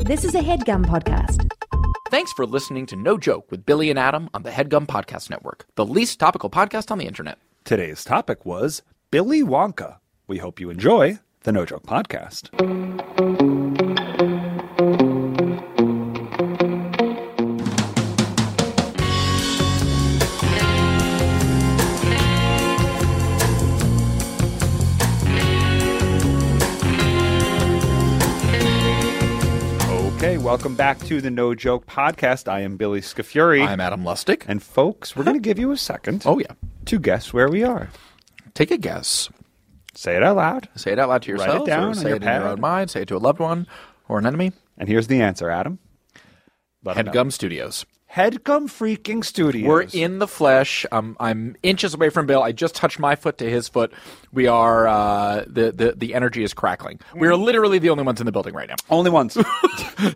This is a headgum podcast. Thanks for listening to No Joke with Billy and Adam on the Headgum Podcast Network, the least topical podcast on the internet. Today's topic was Billy Wonka. We hope you enjoy the No Joke Podcast. Okay, welcome back to the No Joke Podcast. I am Billy Scafuri. I'm Adam Lustig. and folks, we're going to give you a second Oh, yeah. to guess where we are. Take a guess. Say it out loud. Say it out loud to Write it yourself, down or on say your it in your pad. own mind, say it to a loved one or an enemy. And here's the answer, Adam. Let 'em know. Headgum Studios. Headgum freaking studios. We're in the flesh. Um, I'm inches away from Bill. I just touched my foot to his foot. We are uh, the, the the energy is crackling. We are literally the only ones in the building right now. only once.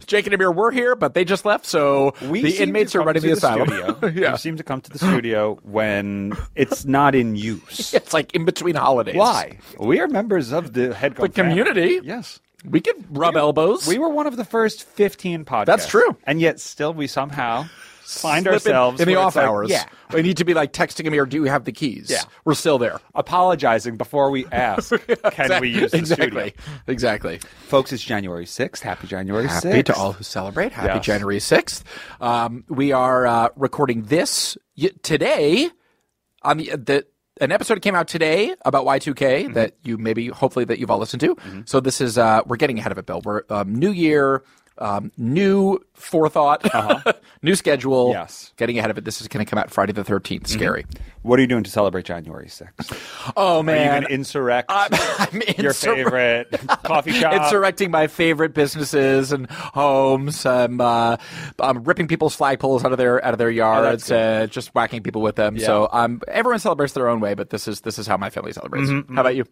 Jake and Amir were here, but they just left, so We the seem inmates to are come running to the asylum. Studio. yeah, You seem to come to the studio when it's not in use. it's like in between holidays. Why? We are members of the Headgum The community. Yes. We could rub elbows. We were one of the first 15 podcasts. That's true. And yet still we somehow find Slip in- ourselves in, the where off it's like, hours. yeah. we need to be like texting him or do you have the keys? Yeah. we're still there. Apologizing before we ask, can we use the exactly, studio? exactly. Folks, it's January 6th. Happy January 6th. Happy to all who celebrate. Happy Yes. January sixth. Um, we are uh, recording this y- today on the the. An episode came out today about Y2K Mm-hmm. that you maybe, hopefully, that you've all listened to. So this is uh, we're getting ahead of it, Bill. We're um, new year, um, new forethought, new schedule. Uh-huh. Yes. getting ahead of it. This is going to come out Friday the thirteenth. Scary. What are you doing to celebrate January 6th? Oh Are you going man, to insurrect I'm, I'm your insur- favorite coffee shop? Insurrecting my favorite businesses and homes. I'm, uh, I'm ripping people's flagpoles out of their out of their Oh, yards, uh, just whacking people with them. So um, everyone celebrates their own way, but this is this is how my family celebrates. Mm-hmm, How about you?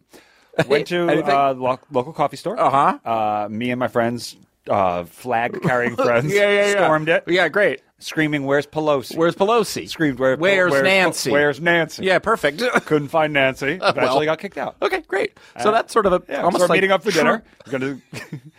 Went to Anything? uh, lo- local coffee store. Uh-huh. Uh, Me and my friends, uh, flag carrying friends, yeah, yeah, yeah. stormed it, Yeah, great. screaming, "Where's Pelosi?" Where's Pelosi? Screamed, "Where- Where's where's- Nancy? where's Nancy? Yeah, perfect. Couldn't find Nancy. Eventually well. got kicked out. okay, great. So that's sort of a Uh, Yeah, almost so we're like meeting up for Trump- dinner. Going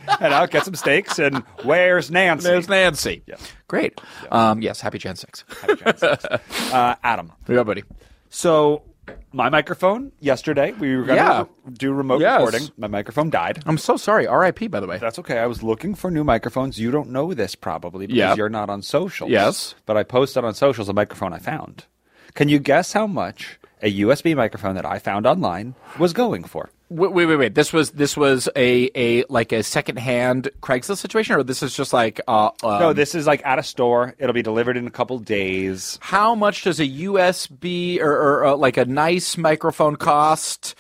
to head out, get some steaks, and where's Nancy? There's Nancy. Great. Um, yes, happy Jan 6. uh, Adam. Yeah, buddy. So my microphone yesterday, we were going to Yeah. do remote Yes. recording. My microphone died. I'm so sorry. RIP, by the way. That's okay. I was looking for new microphones. You don't know this probably because Yeah. you're not on socials. Yes. But I posted on socials a microphone I found. Can you guess how much a USB microphone that I found online was going for? Wait, wait, wait, wait. This was this was a a like a secondhand Craigslist situation, or this is just like uh, uh no, this is like at a store. It'll be delivered in a couple days. how much does a USB or, or uh, like a nice microphone cost?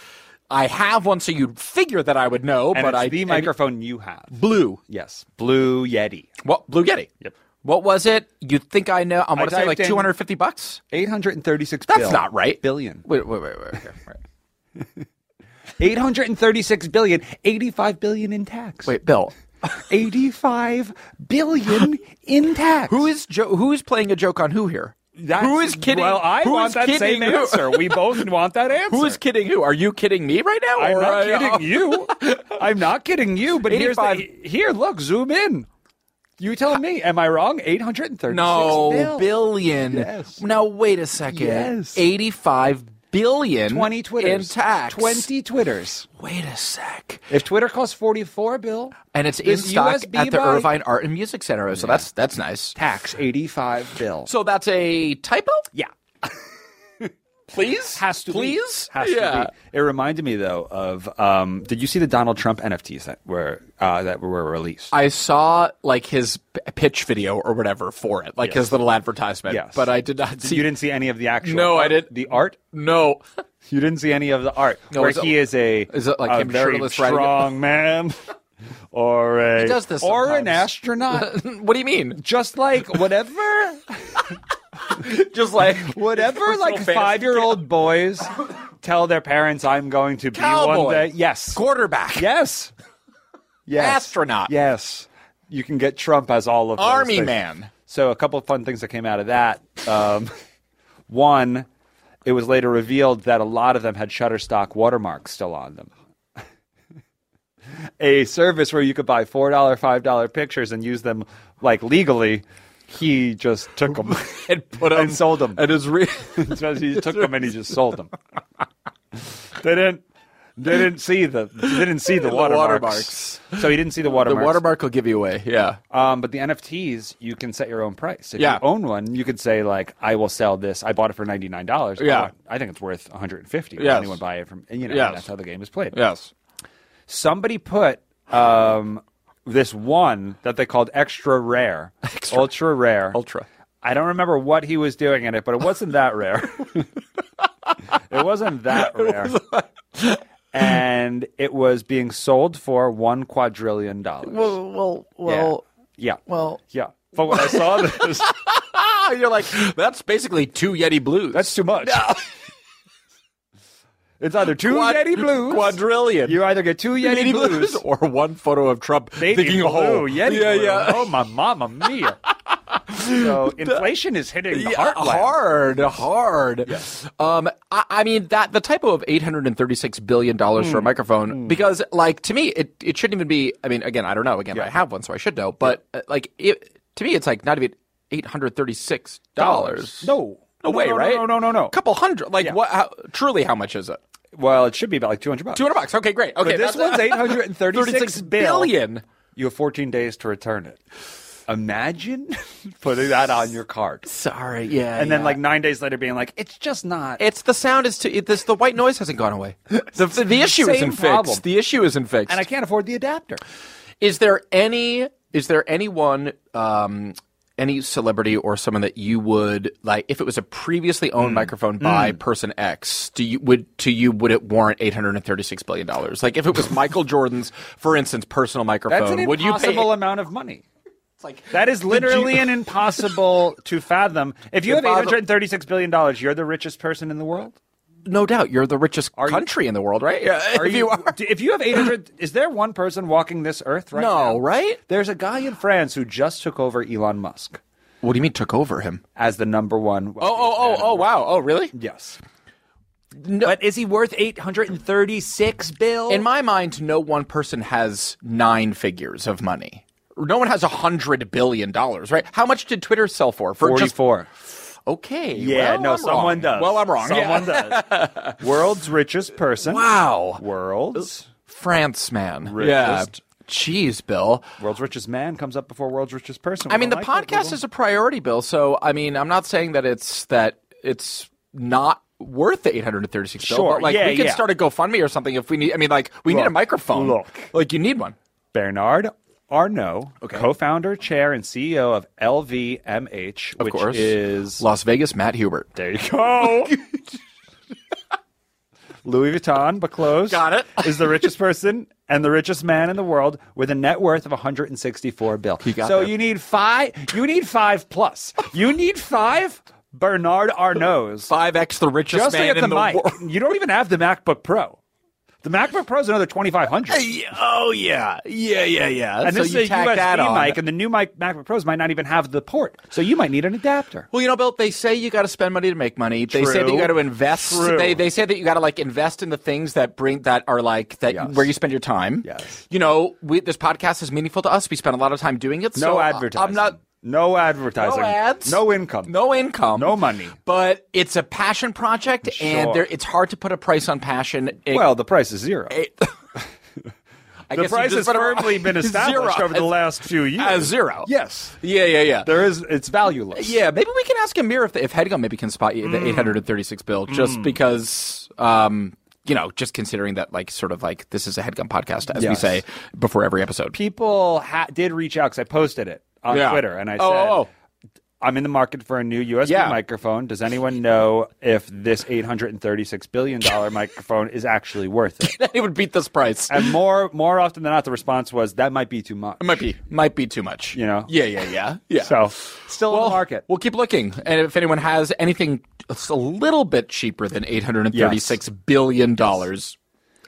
I have one, so you'd figure that I would know, And but it's I the and- microphone you have. blue. yes. Blue Yeti. What Blue Yeti? Yep. What was it? You think I know? I'm gonna say like typed in- 250 bucks. 836 That's bill- not right. Billion. Wait, wait, wait, wait. okay, right. 836 billion. 85 billion in tax. wait, Bill. 85 billion in tax. Who is jo- who is playing a joke on who here? who is kidding? Well, I who want is that kidding same who? answer. We both want that answer. Who is kidding who? Are you kidding me right now? I'm or not I- kidding you. I'm not kidding you. But here's the, 85 here. Look, zoom in. You tell me. Am I wrong? Eight hundred and thirty. No, billion. Yes. Now wait a second. Yes. 85 billion Twenty in twitters. tax. Twenty twitters. Wait a sec. If Twitter costs forty-four, Bill, And it's in This stock USB at the buy- Irvine Art and Music Center. So that's that's nice. tax eighty-five, Bill. So that's a typo? yeah, Please? has to be. Please? Has yeah. to be. It reminded me though of. Um, did you see the Donald Trump NFTs that were uh, that were released? I saw like his p- pitch video or whatever for it, like his little advertisement. Yes. But I did not see you didn't see any of the actual. No, I didn't. The art. No. You didn't see any of the art No, where is it- he is a is it like a him very shirtless riding a- strong man, or a does this or an sometimes. astronaut, what do you mean? just like whatever, Just like whatever, Personal like fantasy. five year old boys tell their parents, "I'm going to be Cowboy. one day." Yes, quarterback. yes, yes, Astronaut. Yes, you can get Trump as all of those Army things. man. So a couple of fun things that came out of that. Um, one, it was later revealed that a lot of them had Shutterstock watermarks still on them. a service where you could buy four dollar, five dollar pictures and use them like legally. He just took them and put and sold them. And is re- So he took them and he just sold them. They didn't. They didn't see the. They didn't see the, The watermarks. So he didn't see the the watermarks. watermark will give you away. Yeah. Um, but the NFTs, you can set your own price. If Yeah. you own one, you could say like, "I will sell this. I bought it for ninety nine dollars. Yeah. I think it's worth one hundred and fifty. Yes. Anyone buy it from? and, You know, Yes. that's how the game is played. Yes. Somebody put um, this one that they called extra rare, ultra rare, Ultra. I don't remember what he was doing in it, but it wasn't that rare. it wasn't that rare. and it was being sold for one quadrillion dollars. Well, well, yeah. well. yeah. well- yeah. But when I saw this, Ah, you're like that's basically two Yeti blues. that's too much. it's either two Quad- Yeti blues. Quadrillion. You either get two Yeti, blues, or one photo of Trump baby digging a blue, hole. Yeti yeah, blue. yeah. Oh my mama mia. so inflation is hitting the Yeah, heartland. hard, hard. Um, I, I mean that the typo of eight hundred and thirty-six billion dollars Hmm. for a microphone, because like to me, it, it shouldn't even be. I mean, again, I don't know. Again, I have one, so I should know. But uh, like it, to me, it's like not even eight hundred thirty-six dollars. No. no way, no, right? No, no, no, no. couple hundred. Like Yeah. what? How, truly, how much is it? Well, it should be about like 200 bucks. Two hundred bucks. Okay, great. Okay, But this that's- one's 836 36 bill. billion. You have 14 days to return it. Imagine putting that on your card. Sorry, yeah. And then yeah. like 9 days later being like, it's just not. It's the sound is to it, this. The white noise hasn't gone away. The, the, the issue Same isn't problem. fixed. The issue isn't fixed. and I can't afford the adapter. is there any? Is there anyone? Um, any celebrity or someone that you would like if it was a previously owned microphone by person X do you would to you would it warrant 836 billion dollars like if it was Michael Jordan's for instance personal microphone That's an would you pay impossible amount of money. it's like That is literally an impossible to fathom. If you have Impossible. 836 billion dollars, you're the richest person in the world. no doubt you're the richest you- country in the world right yeah Are if you, you, are d- if you have 800 is there one person walking this earth right now? No, right? There's a guy in France who just took over Elon Musk what do you mean took over him as the number oh one. oh oh oh wow oh really Yes. No- But is he worth 836 bill? In my mind, no one person has nine figures of money. No one has a hundred billion dollars, right? How much did Twitter sell for? For just- 44. okay, yeah, well, no, I'm someone wrong. does. Well, I'm wrong. yeah. Someone does. World's richest person. Wow, World's France man. Richest. Yeah, jeez, Bill. world's richest man comes up before world's richest person. I mean, the podcast is a priority, Bill. So, I mean, I'm not saying that it's that it's not worth the 836 bill, Sure, but like yeah, we could yeah. start a GoFundMe or something if we need. I mean, like we need a Look, microphone. look. like you need one. Bernard Arnault, Okay. co-founder, chair, and CEO of LVMH, Of which course, is Las Vegas Matt Hubert. there you go. Louis Vuitton, but close. Got it. is the richest person and the richest man in the world with a net worth of 164 bill. got So there. you need five. You need five plus. You need five Bernard Arnaults Five X the richest just to man get in the the, mic. world. You don't even have the MacBook Pro. The MacBook Pro is another 2,500. Yeah, Oh yeah, yeah, yeah, yeah. And so this you is a tack USB that on. mic, and the new mic, MacBook Pros might not even have the port, so you might need an adapter. well, you know, Bill. They say you got to spend money to make money. They say that True. you got to invest. True. They they say that you got to like invest in the things that bring that are like that Yes. where you spend your time. Yes. You know, we, this podcast is meaningful to us. We spend a lot of time doing it. No so I- advertising. I'm not. No advertising. No ads. No income. No income. No money. But it's a passion project, and Sure. there, it's hard to put a price on passion. It- Well, the price is zero. it- I the guess you price has just put it- firmly been established Zero. over the last few years. Uh, zero. Yes. Yeah, yeah, yeah. There is. It's valueless. Yeah, maybe we can ask Amir if the, if Headgum maybe can spot you the Mm. 836 bill just because um you know just considering that like sort of like this is a Headgum podcast as we Yes. say before every episode. People ha- did reach out because I posted it on Yeah. Twitter, and Oh, I said. oh, oh. I'm in the market for a new USB Yeah. microphone. Does anyone know if this $836 billion microphone is actually worth it? oh. it would beat this price. It and more more often than not, the response was that might be too much. might be might be too much. You know? Yeah, yeah, yeah. Yeah. So still in well, the market. We'll keep looking. And if anyone has anything that's a little bit cheaper than eight hundred and thirty-six billion dollars,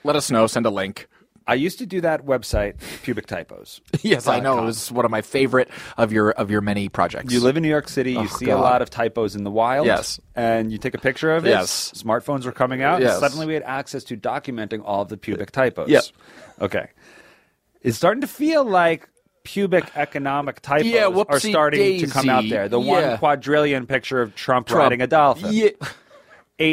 let us know, send a link. I used to do that website, Pubic Typos. Yes, I know. It was one of my favorite of your of your many projects. You live in New York City, you see a God. lot of typos in the wild. Yes. And you take a picture of it. Yes. Smartphones were coming out. and Yes. Suddenly we had access to documenting all of the pubic typos. Yep. Okay. it's starting to feel like pubic economic typos Yeah, are whoopsie starting to come out daisy. there. The Yeah. one quadrillion picture of Trump, Trump. riding a dolphin. Yeah.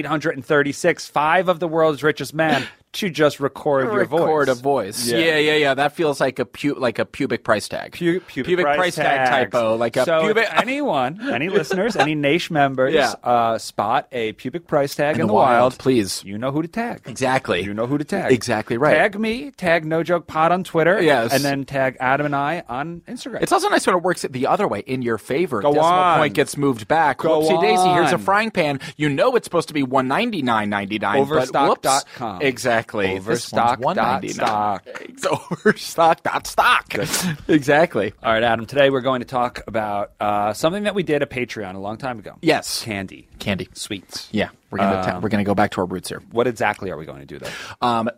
836, five of the world's richest men to just record your record voice. a voice. Yeah. Yeah. yeah, yeah, That feels like a pu- like a pubic price tag. Pu- pubic, price, tag tags. typo. Like a so if pubic. anyone, any listeners, any Nash members, Yeah. uh, spot a pubic price tag in, the wild, please. You know who to tag. Exactly. You know who to tag. Exactly right. Tag me. Tag No Joke Pod on Twitter. Yes. and then tag Adam and I on Instagram. It's also nice when it works the other way in your favor. Go Decimal on. point gets moved back. Go Whoopsie daisy, here's a on. frying pan. You know it's supposed to be one ninety nine ninety nine. Overstock.com. Exactly. This one's Overstock dot $1.99. stock. It's overstock dot stock. exactly. All right, Adam. Today we're going to talk about uh, something that we did a Patreon a long time ago. Yes. candy, Candy. sweets. Yeah. We're Um, gonna ta- we're gonna go back to our roots here. What exactly are we going to do though? Um,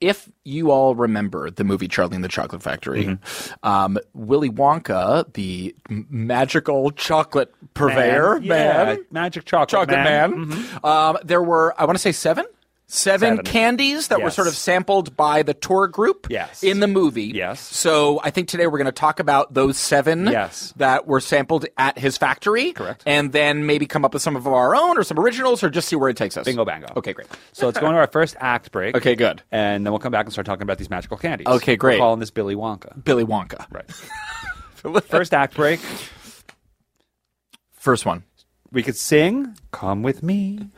if you all remember the movie Charlie and the Chocolate Factory, Mm-hmm. um, Willy Wonka, the m- magical chocolate purveyor Yeah, man, magic chocolate, chocolate man, um, there were I want to say seven. Seven, Mm-hmm. Seven. candies that were Yes. sort of sampled by the tour group Yes. in the movie. Yes. So I think today we're going to talk about those seven Yes. that were sampled at his factory. Correct. And then maybe come up with some of our own or some originals or just see where it takes us. Bingo bango. Okay, great. So let's go into our first act break. Okay, good. And then we'll come back and start talking about these magical candies. Okay, We're great. calling this Billy Wonka. Billy Wonka. Right. first act break. First one. We could sing "Come with Me."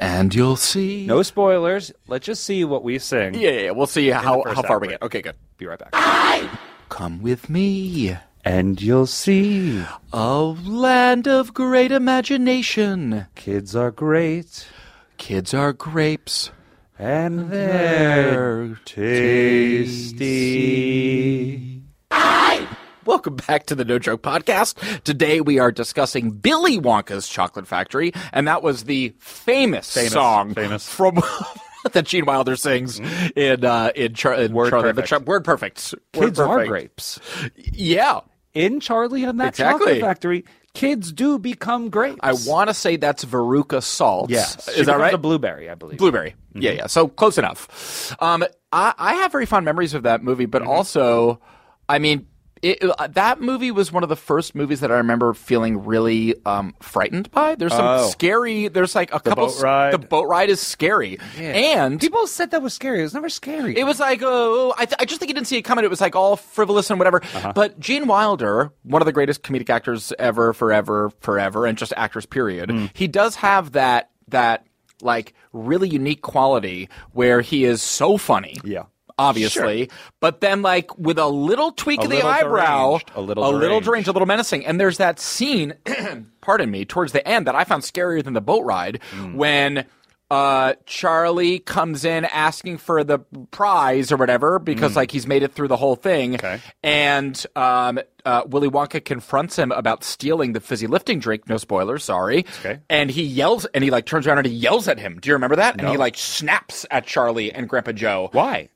And you'll see. No spoilers. Let's just see what we sing. Yeah, yeah, yeah. We'll see how, first how far we outbreak. get. Okay, good. Be right back. Come with me, And you'll see, oh land of great imagination. kids are great, Kids are grapes. and they're tasty. Welcome back to the No Joke Podcast. Today we are discussing Billy Wonka's Chocolate Factory, and that was the famous, song famous. Mm-hmm. from that Gene Wilder sings in uh, in, Char- in Word Charlie and the Perfect. Chocolate Word Perfect. Word Kids are Perfect. grapes. Yeah, In Charlie and that Exactly. chocolate factory, kids do become grapes. I want to say that's Veruca Salt. Yes, She is that becomes right? A blueberry, I believe. Mm-hmm. Blueberry. Yeah, yeah. So close enough. Um, I, I have very fond memories of that movie, Mm-hmm. but also, I mean, it, it- that movie was one of the first movies that I remember feeling really um, frightened by. There's some Oh. scary. There's like a couple. boat s- ride. The boat ride is scary, and People said that was scary. It was never scary. it was like, oh, I, th- I just think you didn't see it coming. It was like all frivolous and whatever. Uh-huh. But Gene Wilder, one of the greatest comedic actors ever, forever, forever, and just actors, period. Mm. He does have that that like really unique quality where he is so funny. Yeah. Obviously, but then like with a little tweak of the little eyebrow, deranged, a a little little deranged. deranged, a little menacing, and there's that scene, pardon me, towards the end that I found scarier than the boat ride Mm. when uh, Charlie comes in asking for the prize or whatever because like he's made it through the whole thing, Mm. Okay. and um, uh, Willy Wonka confronts him about stealing the fizzy lifting drink. No spoilers, sorry. Okay. And he yells, and he like turns around and he yells at him. Do you remember that? And he like snaps at Charlie and Grandpa Joe. Why?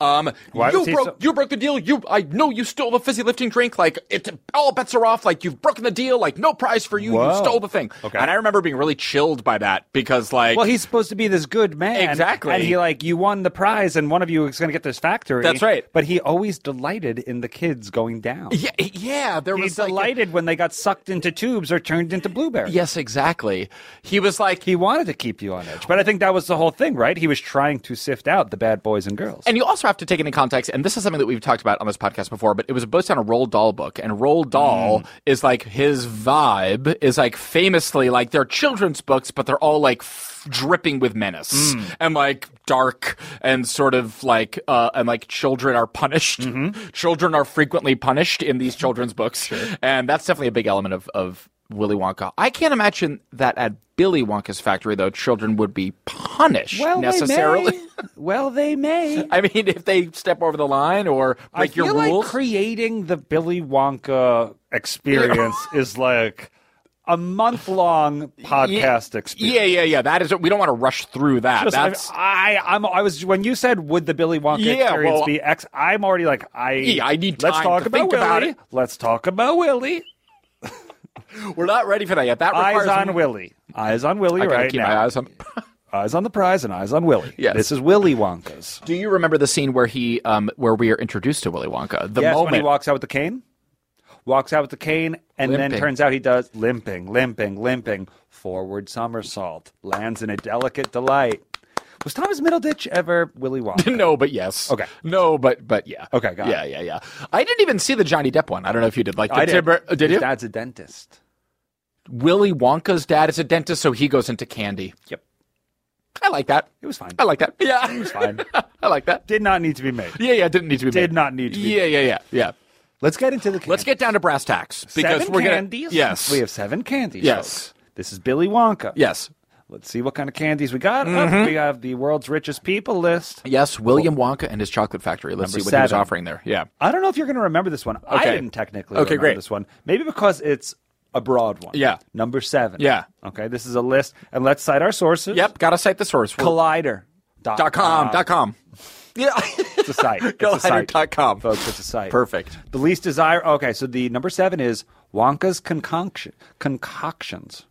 Um, Why you was he broke so- you broke the deal. You I know you stole the fizzy lifting drink. Like it, all bets are off. Like you've broken the deal. Like no prize for you. Whoa. You stole the thing. Okay. And I remember being really chilled by that because like Well, he's supposed to be this good man. Exactly. And he like you won the prize and one of you is going to get this factory. That's right. But he always delighted in the kids going down. yeah yeah there He was like- delighted when they got sucked into tubes or turned into blueberries. yes exactly. He was like He wanted to keep you on edge. But I think that was the whole thing, right? He was trying to sift out the bad boys and girls. And you also have to take into context, and this is something that we've talked about on this podcast before, but it was based on a Roald Dahl book. And Roald Dahl Mm. is like, his vibe is like famously like they're children's books, but they're all like f- dripping with menace Mm. and like dark and sort of like, uh, and like children are punished. Mm-hmm. Children are frequently punished in these children's books. And that's definitely a big element of, of Willy Wonka. I can't imagine that at Billy Wonka's factory, though, children would be punished well, necessarily. They may. well, they may. I mean, if they step over the line or I break feel your like rules, creating the Billy Wonka experience is like a month long podcast experience. yeah, yeah, yeah. That is. We don't want to rush through that. Just, That's. I, I, I'm, I was when you said would the Billy Wonka Yeah, experience well- be X? I'm already like I. Yeah, I need Let's time talk to about think Willie. about it. Let's talk about Willie. we're not ready for that yet. That Eyes requires on Willie. Eyes on Willie I gotta right keep now. my eyes on. eyes on the prize and eyes on Willy. Yes. This is Willy Wonka's. Do you remember the scene where he, um, where we are introduced to Willy Wonka? The yes, when he moment. walks out with the cane, walks out with the cane, and then Limping. turns out he does limping, limping, limping, forward somersault, lands in a delicate delight. Was Thomas Middleditch ever Willy Wonka? no, but yes. Okay. No, but but yeah. Okay, got it. yeah, yeah, yeah. I didn't even see the Johnny Depp one. I don't know if you did. Like the I did. Timber, oh, did His you? Dad's a dentist. Willy Wonka's dad is a dentist, so he goes into candy. Yep, I like that. it was fine. I like that. Yeah, it was fine. I like that. Did not need to be made. Yeah, yeah. Didn't need to be. Did made. not need to be Yeah, yeah, yeah, yeah. Let's get into the candy. Let's get down to brass tacks because 7 we're candies. gonna. Yes. we have seven candies. Yes. folks. This is Billy Wonka. Yes. Let's see what kind of candies we got. Mm-hmm. We have the world's richest people list. Yes. William Wonka and his chocolate factory. Let's Number see what he was seven. offering there. Yeah. I don't know if you're going to remember this one. I Okay. didn't technically Okay, remember great. this one. Maybe because it's a broad one. Yeah. Number seven. Yeah. Okay, this is a list. And let's cite our sources. Yep. Gotta cite the source. We're- Collider. dot com. Dot com. Yeah. It's a site. It's a site. Collider.com. Folks, it's a site. Perfect. The least desire. Okay, so the number seven is Wonka's concoction, concoctions. Wonka's concoctions.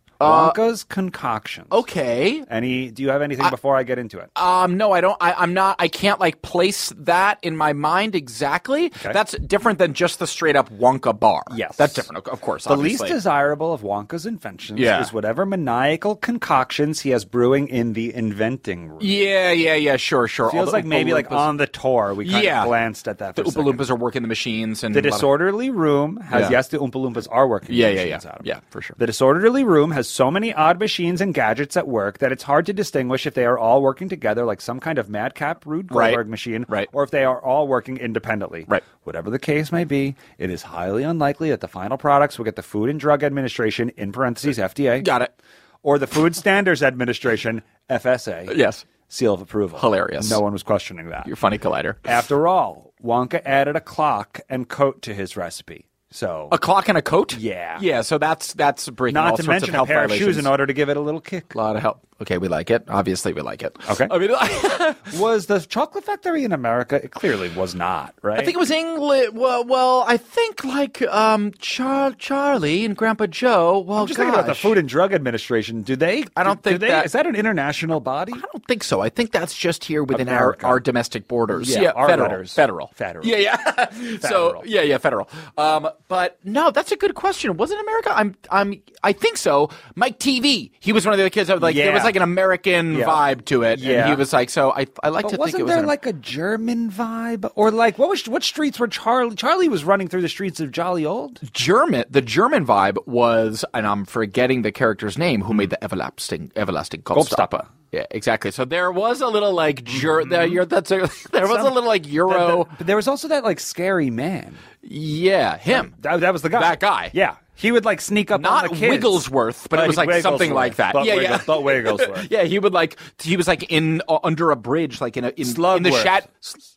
Uh, Okay. Any? Do you have anything before I get into it? Um, no, I don't. I, I'm not. I can't like place that in my mind exactly. That's different than just the straight up Wonka bar. Yes. that's different. Of- Of course, The obviously. least desirable of Wonka's inventions Yeah. is whatever maniacal concoctions he has brewing in the inventing room. yeah, yeah, yeah. Sure, sure. All Feels the like maybe like Oompa Loompas- on the tour we kind Yeah. of glanced at that. For the a Oompa second. Loompas are working the machines and a The lot of- disorderly room has Yeah. yes, the Oompa Loompas are working. Yeah, the yeah, machines, yeah. Adam. Yeah, for sure. The disorderly room has so many odd machines and gadgets at work that it's hard to distinguish if they are all working together like some kind of madcap Rude Right. Goldberg machine, Right. or if they are all working independently. Right. Whatever the case may be, it is highly unlikely that the final products will get the Food and Drug Administration in parentheses FDA Got it. or the Food Standards Administration FSA Yes. seal of approval. Hilarious. No one was questioning that. You're funny, Collider. After all, Wonka added a clock and coat to his recipe. So, A clock and a coat. Yeah. yeah. So that's that's breaking all not to sorts mention of a health pair of violations. shoes in order to give it a little kick. a lot of help. Okay, we like it. Obviously, we like it. Okay. I mean, Was the chocolate factory in America? It clearly was not, right? I think it was England. Well, well, I think like um, Char- Charlie and Grandpa Joe. Well, I'm just thinking about the gosh. Food and Drug Administration. Do they? I don't do think they, that- is that an international body. I don't think so. I think that's just here within our, America. our domestic borders. Yeah, our federal, letters. federal, Federal. Yeah, yeah. so Federal. yeah, yeah, federal. Um, but no, that's a good question. Was it America? I'm, I'm, I think so. Mike TV. He was one of the other kids. I was like, there Yeah. was like an American Yeah. vibe to it. Yeah. And he was like, so I, I like to But think wasn't it was. there an- like a German vibe, or like what was what streets were Charlie? Charlie was running through the streets of jolly old. German, the German vibe was, and I'm forgetting the character's name, who made the everlasting, everlasting Gobstopper. Gobstopper. Yeah, exactly. So there was a little like ger- Mm-hmm. there, you're, that's a, there was a little like Euro. But there was also that like scary man. yeah, him. That, that was the guy. That guy. Yeah, he would like sneak up on Not the kids. Wigglesworth, but it was like something like that. But yeah, Wiggle- yeah. But Wigglesworth. yeah, he would like he was like in uh, under a bridge, like in a in, in the Slugworth. shat.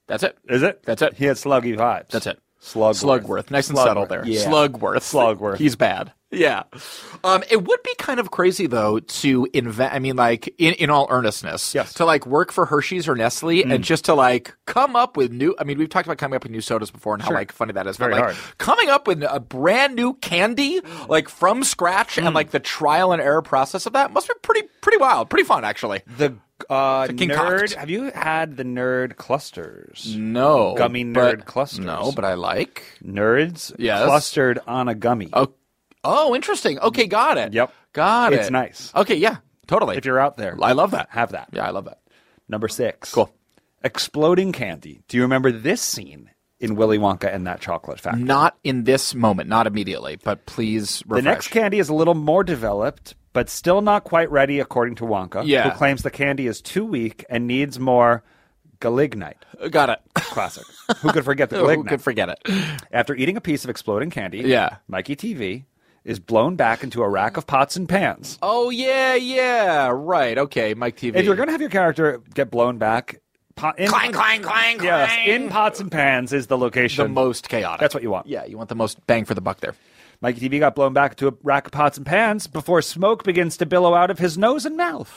That's it. Is it? That's it. He had sluggy vibes. That's it. Slugworth. Slugworth. Nice and subtle there. Yeah. Slugworth. Slugworth. He's bad. Yeah. Um, it would be kind of crazy though to invent. I mean, like in, in all earnestness, Yes. to like work for Hershey's or Nestle and just to like come up with new. I mean, we've talked about coming up with new sodas before and how like funny that is. Very but like hard. coming up with a brand new candy like from scratch and like the trial and error process of that must be pretty pretty wild, pretty fun actually. The uh, concoct. nerd. Have you had the nerd clusters? No Gummy but- nerd clusters. No, but I like. Nerds Yes. clustered on a gummy. Oh, oh, interesting. Okay, got it. Yep. got it. It's nice. Okay, yeah, totally. If you're out there, I love that. have that. Yeah, I love that. Number six. Cool. Exploding candy. Do you remember this scene in Willy Wonka and that chocolate factory? Not in this moment, not immediately, but please The refresh. next candy is a little more developed, but still not quite ready, according to Wonka, Yeah. who claims the candy is too weak and needs more galignite. got it. Classic. who could forget the Who galignite? could forget it? After eating a piece of exploding candy, Yeah. Mikey TV is blown back into a rack of pots and pans. Oh yeah, yeah, right. Okay, Mike TV. If you're going to have your character get blown back, pot, in, clang, clang, clang, yes, clang. in pots and pans is the the location. most chaotic. That's what you want. Yeah, you want the most bang for the buck there. Mikey TV got blown back into a rack of pots and pans before smoke begins to billow out of his nose and mouth.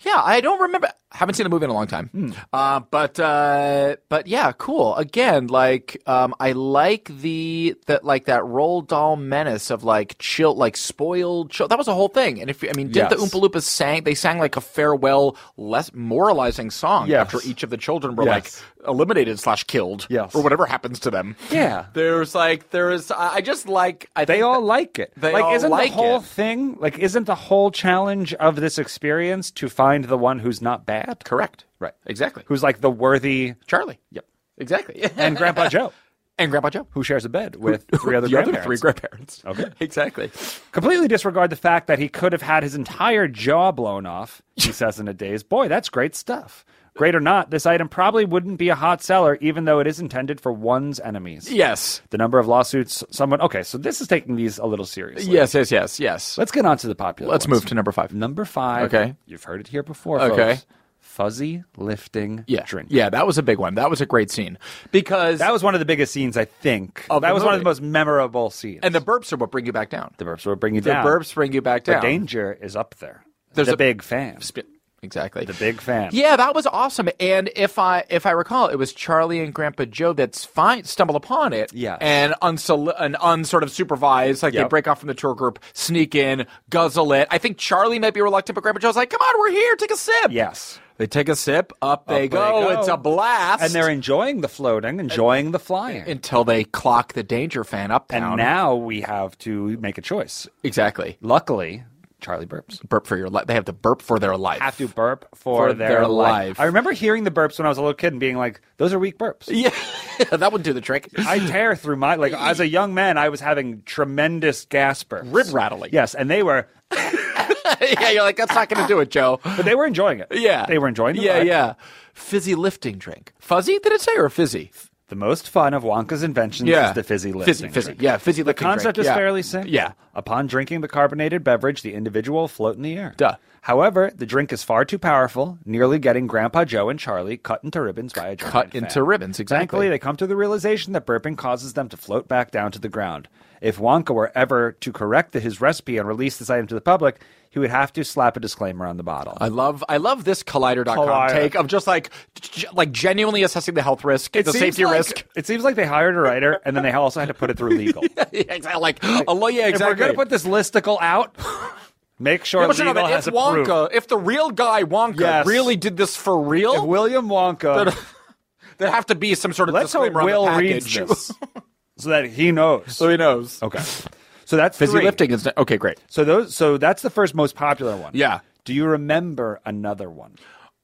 Yeah, I don't remember. Haven't seen the movie in a long time. Hmm. Uh, but uh, but yeah, cool. Again, like um, I like the that like that roll doll menace of like chill, like spoiled. Chill. That was a whole thing. And if I mean, did the Yes. Oompa Loompas sang? They sang like a farewell, less moralizing song Yes. after each of the children were Yes. like eliminated slash killed Yes. or whatever happens to them. Yeah. There's like there is. I I just like I They think all that- like it. they like all isn't like the whole it. thing like isn't the whole challenge of this experience to find the one who's not bad? correct. Right. Exactly. Who's like the worthy Charlie? Yep. Exactly. and Grandpa Joe, and Grandpa Joe. who shares a bed with three other the other grandparents. three grandparents. Okay. exactly. Completely disregard the fact that he could have had his entire jaw blown off, he says in a daze. Boy, that's great stuff. Great or not, this item probably wouldn't be a hot seller, even though it is intended for one's enemies. Yes. The number of lawsuits someone. Okay, so this is taking these a little seriously. Yes, yes, yes, yes. Let's get on to the popular. Let's ones. move to number five. Number five. Okay. You've heard it here before. Okay. Folks. Fuzzy lifting Yeah. drink. Yeah, that was a big one. That was a great scene. Because That was one of the biggest scenes, I think. Of the that was one of movie. the most memorable scenes. and the burps are what bring you back down. the burps will bring you The down. burps bring you back The down. danger is up there. There's the a- big fan. Sp- Exactly. The big fan. Yeah, that was awesome. And if I if I recall, it was Charlie and Grandpa Joe that find, stumble upon it. Yes. And unsol- an unsort of supervised, like they Yep. break off from the tour group, sneak in, guzzle it. I think Charlie might be reluctant, but Grandpa Joe's like, "Come on, we're here. Take a sip." Yes. They take a sip. Up they, they go. go. It's a blast. And they're enjoying the floating, enjoying the flying. until they clock the danger fan up and down. now we have to make a choice. exactly. Luckily, Charlie burps. Burp for your life. They have to burp for their life. Have to burp for, For their, their life. life. I remember hearing the burps when I was a little kid and being like, those are weak burps. Yeah, that would do the trick. I tear through my like as a young man, I was having tremendous gas burps. Rib rattling. Yes, and they were yeah, you're like, that's not going to do it, Joe. but they were enjoying it. Yeah. They were enjoying the Yeah, ride. yeah. Fizzy lifting drink. Fuzzy, did it say, or fizzy? The most fun of Wonka's inventions is the fizzy lifting. Fizzy, fizzy. drink. Yeah, fizzy The lifting drink. concept is Yeah. fairly simple. Yeah. Upon drinking the carbonated beverage, the individual will float in the air. Duh. However, the drink is far too powerful, nearly getting Grandpa Joe and Charlie cut into ribbons by a giant Cut fan. into ribbons, Thankfully, exactly. they come to the realization that burping causes them to float back down to the ground. If Wonka were ever to correct his recipe and release this item to the public, he would have to slap a disclaimer on the bottle. I love I love this collider.com Collider. take of just like g- like genuinely assessing the health risk, the seems safety like- risk. It seems like they hired a writer and then they also had to put it through legal. yeah, exactly. Like, oh, well, yeah, If we're exactly. going to put this listicle out, make sure People should know legal that if has approved. Wonka, if the real guy Wonka Yes. really did this for real, If William uh, Wonka. there'd have to be some sort of Let's hope disclaimer on Will the reads package. this so that he knows. so he knows. okay. So that's Fizzy three. lifting is okay, great. So those. So that's the first most popular one. Yeah. Do you remember another one?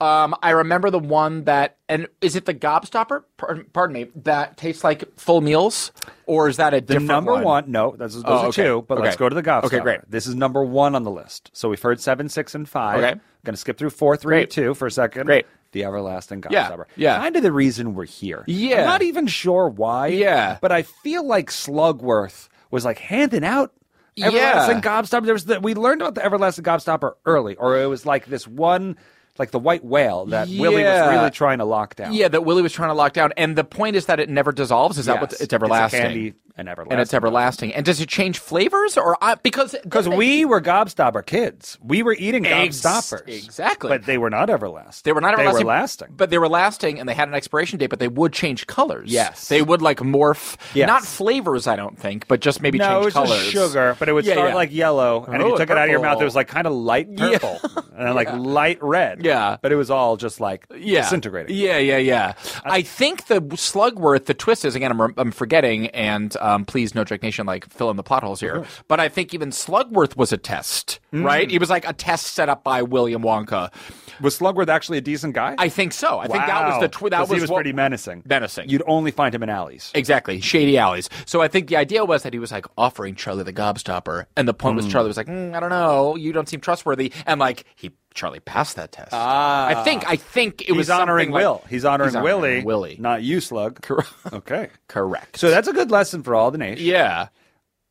Um, I remember the one that, and is it the Gobstopper? Pardon, pardon me, that tastes like full meals, or is that a The different number one? one. no, those, those Oh, are okay. two. But let's Okay. go to the Gobstopper. Okay, great. This is number one on the list. So we've heard seven, six, and five. Okay. Going to skip through four, three, Great. and two for a second. Great. The everlasting Gobstopper. Yeah, yeah. Kind of the reason we're here. Yeah. I'm not even sure why. Yeah. But I feel like Slugworth was like handing out. Yeah. Everlasting Gobstopper. There was the, we learned about the everlasting Gobstopper early, or it was like this one, like the white whale that Willie was Yeah. really trying to lock down. Yeah, that Willie was trying to lock down, and the point is that it never dissolves. Is that Yes. what It's it's a everlasting? candy and everlasting. and it's everlasting. And does it change flavors or I, because Because we were gobstopper kids. We were eating Ex- gobstoppers. exactly. But they were not everlasting. They were not everlasting. They were lasting. But they were lasting and they had an expiration date, but they would change colors. Yes. They would like morph, Yes. not flavors, I don't think, but just maybe no, it change was colors. just sugar, but it would Yeah, start yeah. like yellow, and if you Oh, took it out of your mouth, purple. it was like kind of light purple, and then like light red. Yeah. but it was all just like yeah. disintegrating. Yeah, yeah, yeah. I think the Slugworth, the twist is again. I'm, I'm forgetting, and um, please, No Drink Nation, like fill in the plot holes here. Uh-huh. But I think even Slugworth was a test, Mm. right? He was like a test set up by William Wonka. Was Slugworth actually a decent guy? I think so. I think that was the twi- that was, he was what- pretty menacing. Menacing. You'd only find him in alleys. Exactly, shady alleys. So I think the idea was that he was like offering Charlie the Gobstopper, and the point Hmm. was Charlie was like, "Mm, I don't know, you don't seem trustworthy, and like he Charlie passed that test. Ah. I think I think it was He's honoring something like- Will. He's honoring, Willie. Willie. not you, Slug. Correct. Okay. Correct. So that's a good lesson for all the nation. yeah,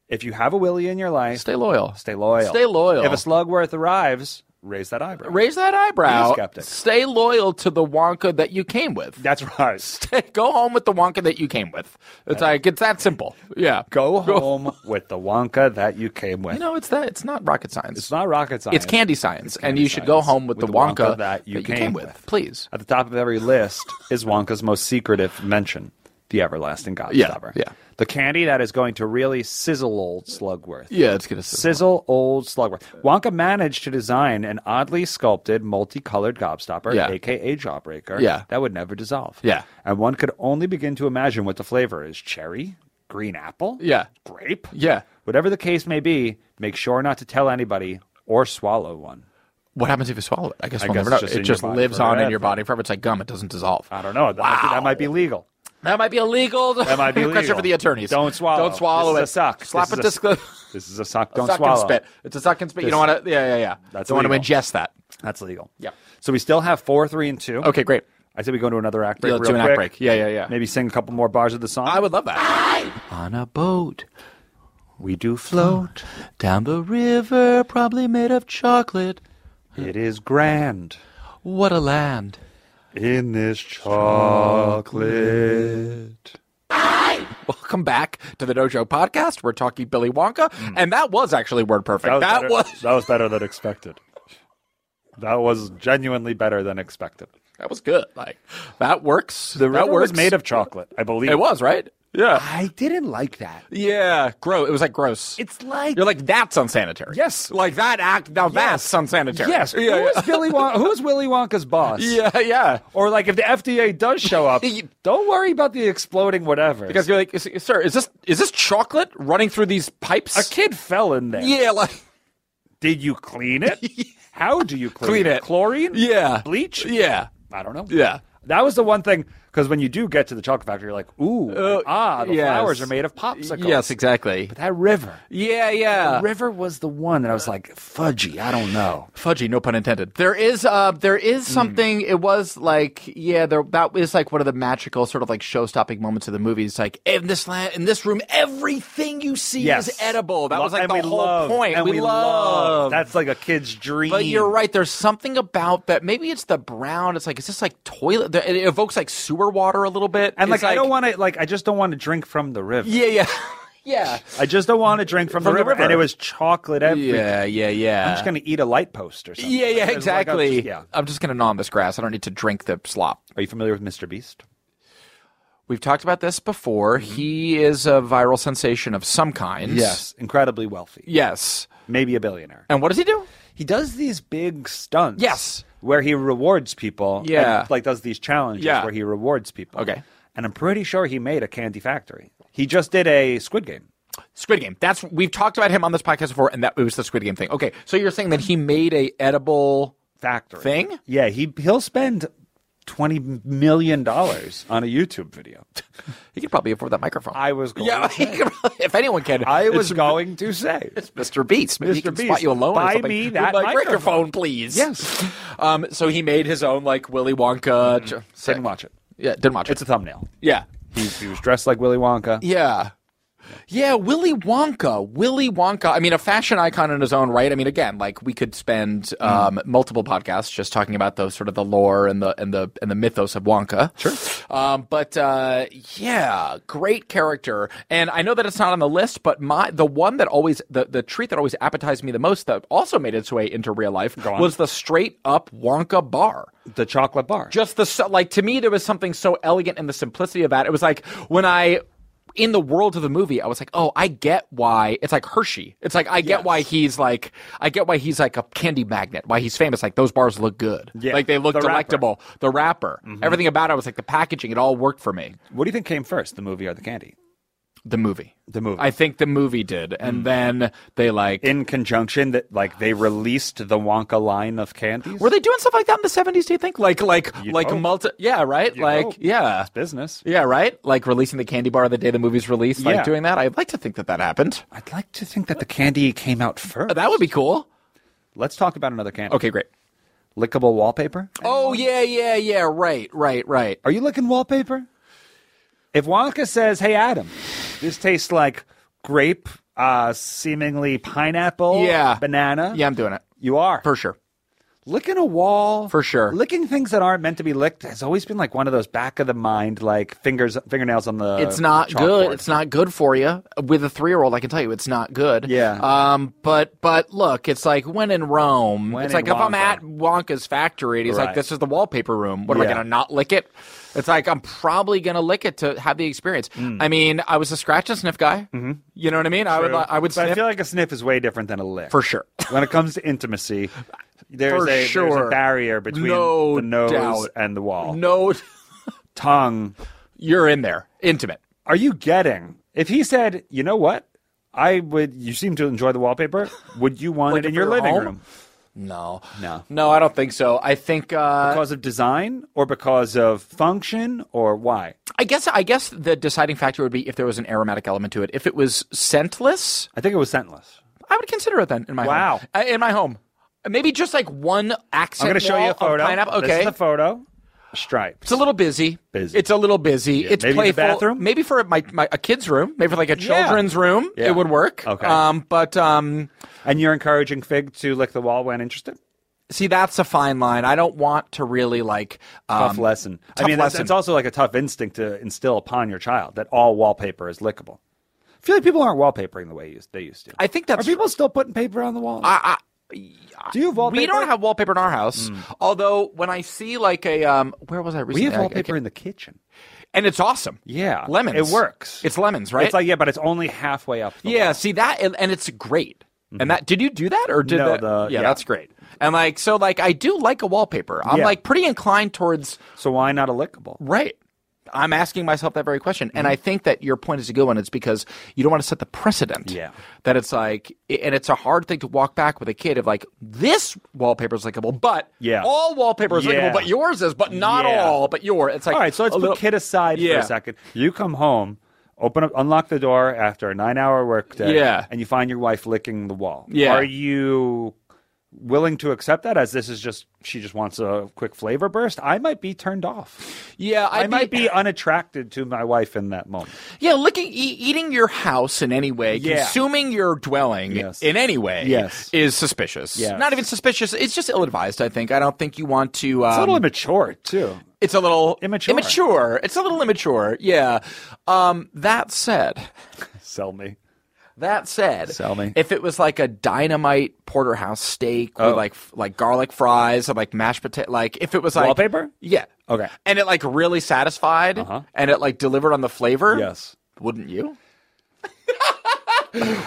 If you have a Willie in your life, stay loyal. Stay loyal. Stay loyal. If a Slugworth arrives, raise that eyebrow. Raise that Be a eyebrow. skeptic. Stay loyal to the Wonka that you came with. That's right. Go home with the Wonka that you came with. It's like it's that simple. Yeah. Go home with the Wonka that you came with. You know, it's that. It's not rocket science. it's not rocket science. It's candy science, and candy you should go science home with, the Wonka, that you came with. Please. At the top of every list is Wonka's most secretive mention, the everlasting Gobstopper. yeah. The candy that is going to really sizzle old Slugworth. Yeah, it's gonna. Sizzle. Sizzle old Slugworth. Wonka managed to design an oddly sculpted, multicolored gobstopper, Yeah. aka Jawbreaker, Yeah. that would never dissolve. Yeah. And one could only begin to imagine what the flavor is cherry, green apple, Yeah. grape. Yeah. Whatever the case may be, make sure not to tell anybody or swallow one. What happens if you swallow it? I guess I we'll guess never know. it's just in it your just body lives on forever. in your body forever. It's like gum; it doesn't dissolve. I don't know. That, might, be, that might be legal. That might be illegal. That might be question illegal. for the attorneys. Don't swallow. Don't swallow This it. is a suck. Slap This it. is a- Disc- This is a sock. Don't suck swallow. and spit. It's a suck and spit. you don't want to. Yeah, yeah, yeah. That's don't want to illegal. ingest that. That's legal. Yeah. So we still have four, three, and two. Okay, great. I said we go into another act break. Yeah, let's real do an quick. act break. Yeah, yeah, yeah. Maybe sing a couple more bars of the song. I would love that. On a boat we do float. down the river, probably made of chocolate. It is grand What a land! in this chocolate. Welcome back to the Dojo Podcast. We're talking Billy Wonka, and that was actually word perfect. That better, was Mm. that was better than expected. That was genuinely better than expected. that was good. Like that works. The that river works. was made of chocolate, I believe. It was right. Yeah, I didn't like that. yeah. Gross. It was like gross. It's like You're like that's unsanitary. Yes. Like that act. Now that's unsanitary. yes. Yeah. yeah. who is Billy Won- Who is Willy Wonka's boss? Yeah, yeah. Or like if the FDA does show up, You- don't worry about the exploding whatever. Because you're like, "Is- sir, is this is this chocolate running through these pipes? a kid fell in there. Yeah, like Did you clean it? How do you clean, Clean it. Chlorine? yeah, Bleach? yeah, I don't know. yeah. That was the one thing because when you do get to the chocolate factory, you're like, ooh, Uh, ah, the yes. flowers are made of popsicles. Yes, exactly. But that river, Yeah, yeah. the river was the one that I was like, fudgy. I don't know. fudgy no pun intended there is uh there Hmm. is something it was like yeah there that was like one of the magical sort of like show-stopping moments of the movie it's like in this land in this room everything you see is edible that Lo- was like and the we whole love- point And we, love That's like a kid's dream. but you're right there's something about that maybe it's the brown it's like is this like toilet there- it evokes like sewer water a little bit And like, It's I don't want to. Like I just don't want to drink from the river. yeah yeah yeah I just don't want to drink from, the, river. And it was chocolate everywhere. yeah yeah yeah I'm just gonna eat a light post or something. yeah yeah It's like, I'm exactly just- yeah. i'm just gonna gnaw on this grass i don't need to drink the slop Are you familiar with Mr. Beast? We've talked about this before. Mm-hmm. He is a viral sensation of some kind. incredibly wealthy, Yes. maybe a billionaire. And what does he do? He does these big stunts. Yes. Where he rewards people. Yeah. and, like does these challenges Yeah. where he rewards people. Okay. And I'm pretty sure he made a candy factory. He just did a Squid Game. Squid Game. That's we've talked about him on this podcast before, and that it was the Squid Game thing. Okay, so you're saying that he made a edible factory Thing? Yeah, he he'll spend twenty million dollars on a YouTube video. he could probably afford that microphone. I was going. yeah, to he say. could, probably- if anyone can. I It's was going to say. Mr. Beast. Maybe he Mr. can Beast, spot you alone. buy or something. me With that my microphone. please. Yes. Um, so he made his own like Willy Wonka. j- sick. Didn't watch it. Yeah, didn't watch It's it. a thumbnail. yeah. He, he was dressed like Willy Wonka. Yeah. Yeah, Willy Wonka. Willy Wonka. I mean, a fashion icon in his own right. I mean, again, like we could spend um, multiple podcasts just talking about those sort of the lore and the and the and the mythos of Wonka. Sure. Um, but uh, yeah, great character. And I know that it's not on the list, but my the one that always the, the treat that always appetized me the most that also made its way into real life on. was the straight up Wonka bar The chocolate bar. just the so- like to me there was something so elegant in the simplicity of that it was like when i in the world of the movie i was like oh i get why it's like hershey it's like i get Yes. why he's like i get why he's like a candy magnet why he's famous like those bars look good Yeah. like they look The Mm-hmm. wrapper. delectable the wrapper everything about it was like the packaging it all worked for me what do you think came first, the movie or the candy? the movie The movie. Mm. i think the movie did and then they like In conjunction that like they released the Wonka line of candies. were they doing stuff like that in the 70s do you think like like You'd like hope. multi yeah right You'd like hope. yeah It's business. Yeah, right? Like releasing the candy bar the day the movie's released, Yeah. like doing that. I'd like to think that that happened. Uh, I'd like to think that the candy came out first. Oh, That would be cool. Let's talk about another candy. Okay, great. Lickable wallpaper. Oh, yeah, yeah, yeah. Right, right, right. Are you licking wallpaper? If Wonka says, "Hey Adam, this tastes like grape, uh, seemingly pineapple, Yeah. banana," Yeah, I'm doing it. you are. For sure. licking a wall For sure. Licking things that aren't meant to be licked has always been like one of those back of the mind, like fingers, fingernails on the. it's not chalkboard. good. It's not good for you. With a three year old, I can tell you, it's not good. Yeah. Um. But but look, it's like when in Rome. When it's in like if I'm Wonka. at Wonka's factory, and he's Right. like, "This is the wallpaper room. What am Yeah. I gonna not lick it?" It's like I'm probably gonna lick it to have the experience. I mean, I was a scratch and sniff guy. Mm. Mm-hmm. You know what I mean? I would li- I would But sniff I feel like a sniff is way different than a lick. for sure. when it comes to intimacy, there's, For a, there's a sure. barrier between No the nose doubt. and the wall. No, Tongue. you're in there, intimate. Are you getting? If he said, you know what? I would. You seem to enjoy the wallpaper. Would you want it Like in for your your living home? room? No, No. no, I don't think so. I think uh, Because of design, or because of function, or why? I guess I guess the deciding factor would be if there was an aromatic element to it. If it was scentless, I think it was scentless. I would consider it then in my Wow. home. Uh, in my home, maybe just like one accent. I'm going to show you wall a of photo. pineapple. This Okay, is the photo. Stripes. it's a little busy. Busy. It's a little busy. it's maybe in the playful. bathroom? Maybe for my, my a kid's room. Maybe for like a Yeah. children's room, Yeah. it would work. Okay. Um, but um, And you're encouraging Fig to lick the wall when interested? see, that's a fine line. I don't want to really like um, Tough lesson. I tough mean, that's lesson. it's also like a tough instinct to instill upon your child that all wallpaper is lickable. I feel like people aren't wallpapering the way used, they used to. I think Are that's people still putting paper on the wall? I, I, Do you have wallpaper? Hmm. We don't have wallpaper in our house. Although when I see like a um, where was I We recently? have I- I wallpaper can't- in the kitchen. and it's awesome. Yeah, lemons. It works. It's lemons, right? It's like yeah, but it's only halfway up. The yeah. See that, and, and it's great. And that did you do that or did Mm-hmm. No, that? the- yeah, yeah. that's great. And like so, like I do like a wallpaper. I'm Yeah. like pretty inclined towards So why not a lickable? right. I'm asking myself that very question, and Mm. I think that your point is a good one. It's because you don't want to set the precedent. Yeah. that it's like, and it's a hard thing to walk back with a kid of like this wallpaper is lickable, but Yeah. all wallpaper is Yeah. lickable, but yours is, but not Yeah. all, but your. It's like All right, so let's a put little- kid aside for Yeah. a second. You come home, open up, unlock the door after a nine-hour workday, Yeah. and you find your wife licking the wall. Yeah. are you willing to accept that as this is just she just wants a quick flavor burst? I might be turned off. Yeah, I I'd might be unattracted to my wife in that moment. Yeah, licking, e- eating your house in any way, Yeah. consuming your dwelling Yes. in any way, Yes. is suspicious. Yes. Not even suspicious. It's just ill-advised. I think. I don't think you want to. Um, It's a little immature too. it's a little Immature. Immature. It's a little immature. Yeah. Um, that said, Sell me. that said, Sell me. if it was like a dynamite porterhouse steak Oh. with like f- like garlic fries or like mashed potato, like if it was like Wallpaper? yeah, Okay. and it like really satisfied, Uh-huh. and it like delivered on the flavor, Yes. wouldn't you?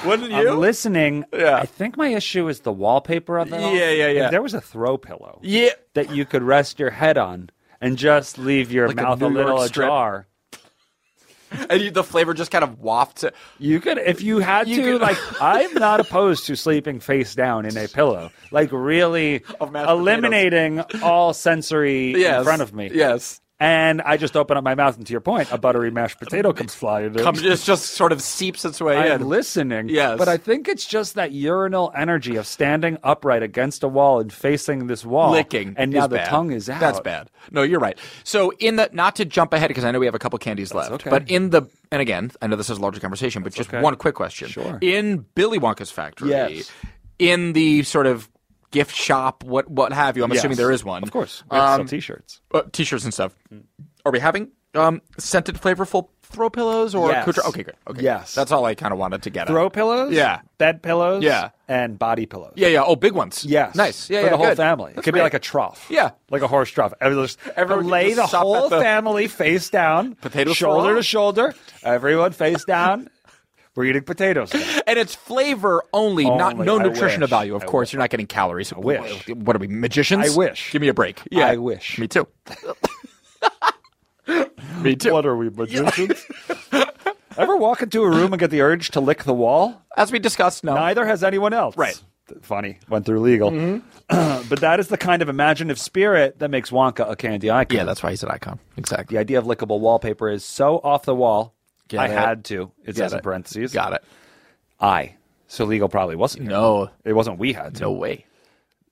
wouldn't you? I'm listening. I think my issue is the wallpaper of it. all. Yeah, yeah, yeah. If there was a throw pillow yeah. that you could rest your head on and just leave your a mouth a, New York little strip. ajar. And you, the flavor just kind of wafts it. You could, if you had You to, could- like, I'm not opposed to sleeping face down in a pillow. Like, really Of mashed eliminating all sensory Yes. in front of me. Yes. And I just open up my mouth, and to your point, a buttery mashed potato comes flying in. Come, it just sort of seeps its way I'm Um, in. listening. Yes. But I think it's just that urinal energy of standing upright against a wall and facing this wall. licking Oh, And now is the bad. tongue is out. That's bad. No, you're right. So in the not to jump ahead because I know we have a couple candies left, okay. but in the and again, I know this is a larger conversation, but just okay. one quick question. Sure. In Billy Wonka's factory, Yes. in the sort of gift shop, what what have you? I'm Yes. assuming there is one, Of course. Mm. We have to Um, sell t shirts. uh, t-shirts and stuff. Are we having um, scented, flavorful throw pillows or Yes. accoutre- Okay, good. Okay, Yes. that's all I kind of wanted to get. Throw at. pillows? Yeah. Bed pillows? Yeah. And body pillows. Yeah, yeah. Oh, big ones. Yes. nice. Yeah, for yeah, the whole good. family. it That's could be great. like a trough. Yeah. like a horse trough. Everyone just, Everyone lay just the sup at whole the- family face down, Potatoes shoulder fall. to shoulder. Everyone face down. We're eating potatoes. now. and it's flavor only, not Only. no I nutritional wish. value. Of I course, you're not getting calories. I wish. What are we magicians? I wish. Give me a break. Yeah, I wish. Me too. me too. What are we magicians? Ever walk into a room and get the urge to lick the wall? As we discussed, no. Neither has anyone else. Right. Mm-hmm. Th- Funny. Went through legal. but that is the kind of imaginative spirit that makes Wonka a candy icon. yeah, that's why he's an icon. Exactly. the idea of lickable wallpaper is so off the wall. Get I it. had to. It says in it. parentheses. Got it. I. So legal probably wasn't. here. No, It wasn't we had to. no way.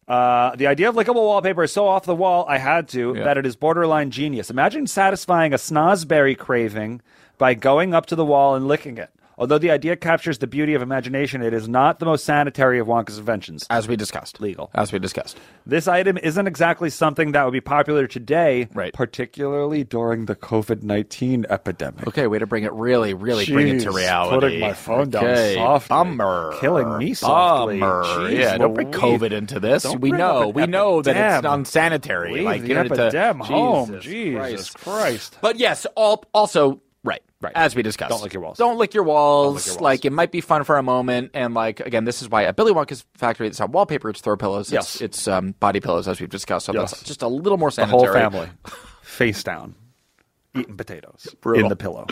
Uh, the idea of lickable wallpaper is so off the wall, I had to, Yeah. that it is borderline genius. Imagine satisfying a snozberry craving by going up to the wall and licking it. Although the idea captures the beauty of imagination, it is not the most sanitary of Wonka's inventions. as we discussed. Legal. As we discussed. This item isn't exactly something that would be popular today, Right. particularly during the COVID 19 epidemic. Okay, way to bring it really, really bring it to Jeez, reality. Putting my phone down okay. softly. Bummer. Killing me softly. Bummer. Jeez yeah, don't bring Louise. COVID into this. Don't we bring up know. an We know that it's epidemic. unsanitary. Leave like the you don't have to- epidemic home. Jesus Jesus Christ. Christ. But yes, all, also right, Right. As we discussed, Don't lick your walls. Don't lick your walls. your walls. Like it might be fun for a moment, and like again, this is why at Billy Wonka's factory, it's not wallpaper, it's throw pillows. It's, Yes. it's um, body pillows, as we've discussed. So that's Yes. just a little more the whole sanitary. family face down eating potatoes Brutal. in the pillow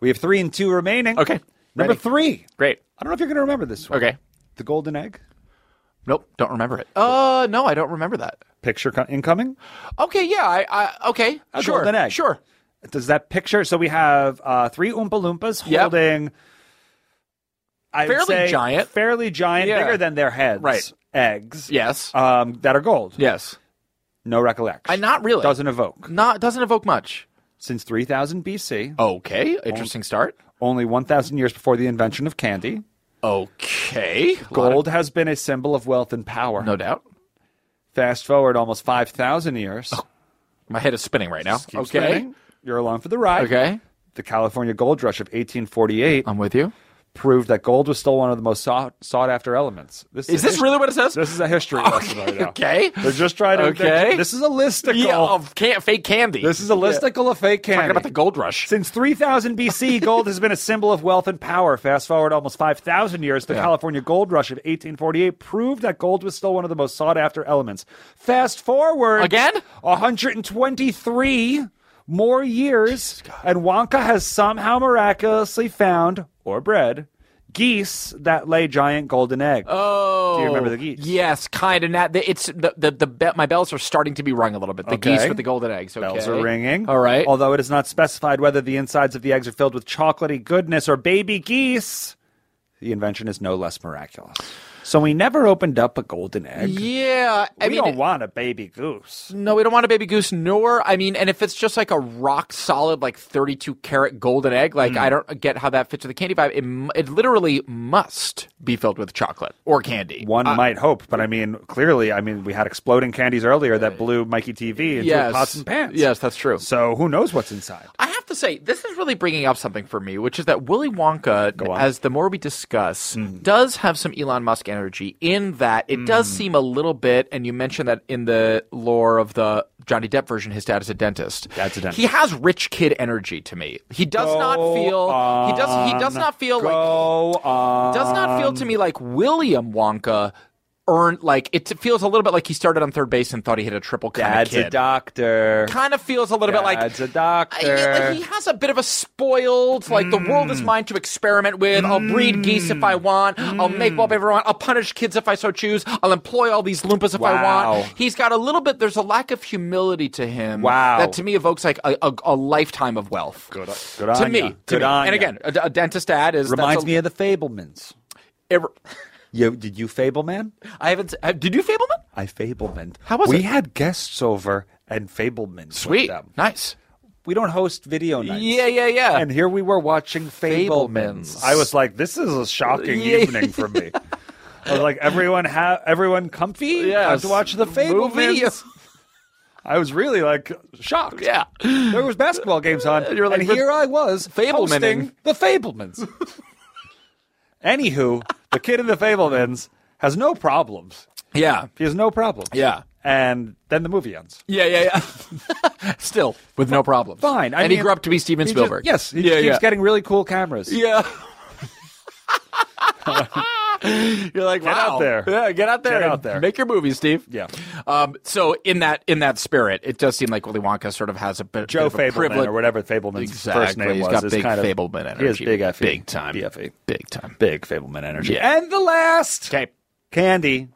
we have three and two remaining Okay. number Ready. three Great. i don't know if you're gonna remember this one Okay. the golden egg Nope. Don't remember it. Uh, no, I don't remember that. picture co- incoming Okay, yeah, I, I okay, A sure, golden egg. sure. does that picture so we have uh three oompa loompas Yep. holding I would Fairly say giant. fairly giant Yeah. bigger than their heads Right. eggs Yes, um that are gold yes. no recollection I not really doesn't evoke not doesn't evoke much. since 3000 bc Okay, interesting start. only 1000 years before the invention of candy Okay, Lot Gold has been a symbol of wealth and power. of- no doubt. Fast forward almost 5,000 years. Oh, My head is spinning right now. Keep Okay, spinning. You're along for the ride. okay, Oh. The California gold rush of 1848 I'm with you. proved that gold was still one of the most sought, sought after elements. This Is a this his- really what it says? This is a history lesson right now. okay. They're just trying to. they're- Okay. This is a listicle. yeah, of can- fake candy. this is a listicle of fake candy. talking about the gold rush. Since 3000 BC, gold has been a symbol of wealth and power. Fast forward almost 5,000 years, the Yeah. California gold rush of 1848 proved that gold was still one of the most sought after elements. Fast forward Again? 123 more years, and Wonka has somehow miraculously found or bred geese that lay giant golden eggs. Oh, Do you remember the geese? Yes, kind of. Not it's the the, the be- my bells are starting to be rung a little bit. The Okay. geese with the golden eggs. Okay. Bells are ringing. All right. Although it is not specified whether the insides of the eggs are filled with chocolatey goodness or baby geese, the invention is no less miraculous. So we never opened up a golden egg. yeah, I we mean, don't want a baby goose. No, we don't want a baby goose, nor I mean, and if it's just like a rock solid, like thirty-two carat golden egg, Mm. like I don't get how that fits with the candy vibe. It, mu- it literally must be filled with chocolate or candy. One might hope, but I mean, clearly, I mean, we had exploding candies earlier that blew Mikey TV into yes, pots and pans. Yes, that's true. So who knows what's inside? I have to say, this is really bringing up something for me, which is that Willy Wonka, on. Hmm. as the more we discuss, does have some Elon Musk energy in that it does seem a little bit, and you mentioned that in the lore of the Johnny Depp version, his dad is a dentist. Dad's a dentist. He has rich kid energy to me. He does not Go feel. he does. He does on. not feel like. Go on. Does not feel to me like William Wonka. Earned like it feels a little bit like he started on third base and thought he hit a triple. Kind Dad's of kid. a doctor. Kind of feels a little bit like Dad's a I- yeah, doctor. like, he has a bit of a spoiled, like the world Mm. is mine to experiment with. I'll breed geese if I want. I'll Mm. make wallpaper if I want. I'll punish kids if I so choose. I'll employ all these loompas if I Wow. want. He's got a little bit. There's a lack of humility to him. Wow. that to me evokes like a, a, a lifetime of wealth. Good, good to on me. ya. to Good me. on And ya. again, a, a dentist ad is Reminds that's a- me of the Fablemans. ever- You, did you Fableman? I haven't. s- uh, Did you Fableman? I Fableman. How was we it? had guests over and Fableman. Sweet, Them. nice. We don't host video nights. Yeah, yeah, yeah. And here we were watching Fablemans. Fablemans. I was like, this is a shocking Yeah. evening for me. I was like, everyone have everyone comfy. I have Yes. to watch the Movie. Fablemans. I was really like shocked. Yeah. there was basketball games on, And you were like, and the- here I was Fablemaning. hosting the Fablemans. Anywho, the kid in the Fablemans has no problems. yeah, He has no problems. Yeah. and then the movie ends. yeah, yeah, yeah. Still with no problems. Fine. I and he mean, grew up to be Steven he just- Spielberg. yes, he just keeps getting really cool cameras. Yeah. You're like, Get out wow. there. Yeah, get out there. Get and out there. Make your movie, Steve. Yeah. Um, so in that in that spirit, it does seem like Willy Wonka sort of has a bit, Joe bit of a Fableman privilege. or whatever Fableman's Exactly. first name He's was. got is big kind of- Fableman energy. He has big E. FE. Big time. BFE. Big time. Big Fableman energy. Yeah. And the last Okay. candy.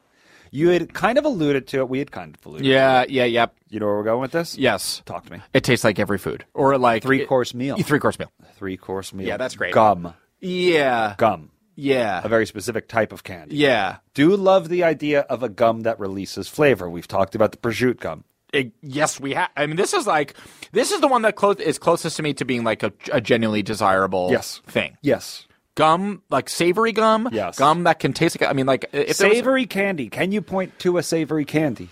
You had kind of alluded to it. We had kind of alluded. to it. Yeah, yeah, yep. You know where we're going with this? Yes. Talk to me. It tastes like every food. Or like Three course meal. Three course meal. Three course meal. Yeah, that's great. Gum. Yeah. Gum. Yeah. A very specific type of candy. Yeah. Do love the idea of a gum that releases flavor. We've talked about the prosciutto gum. it, yes, we have. I mean, this is like this is the one that close is closest to me to being like a, a genuinely desirable Yes. thing. Yes. gum, like savory gum, Yes. gum that can taste like. I mean, like if there was- savory candy. Can you point to a savory candy?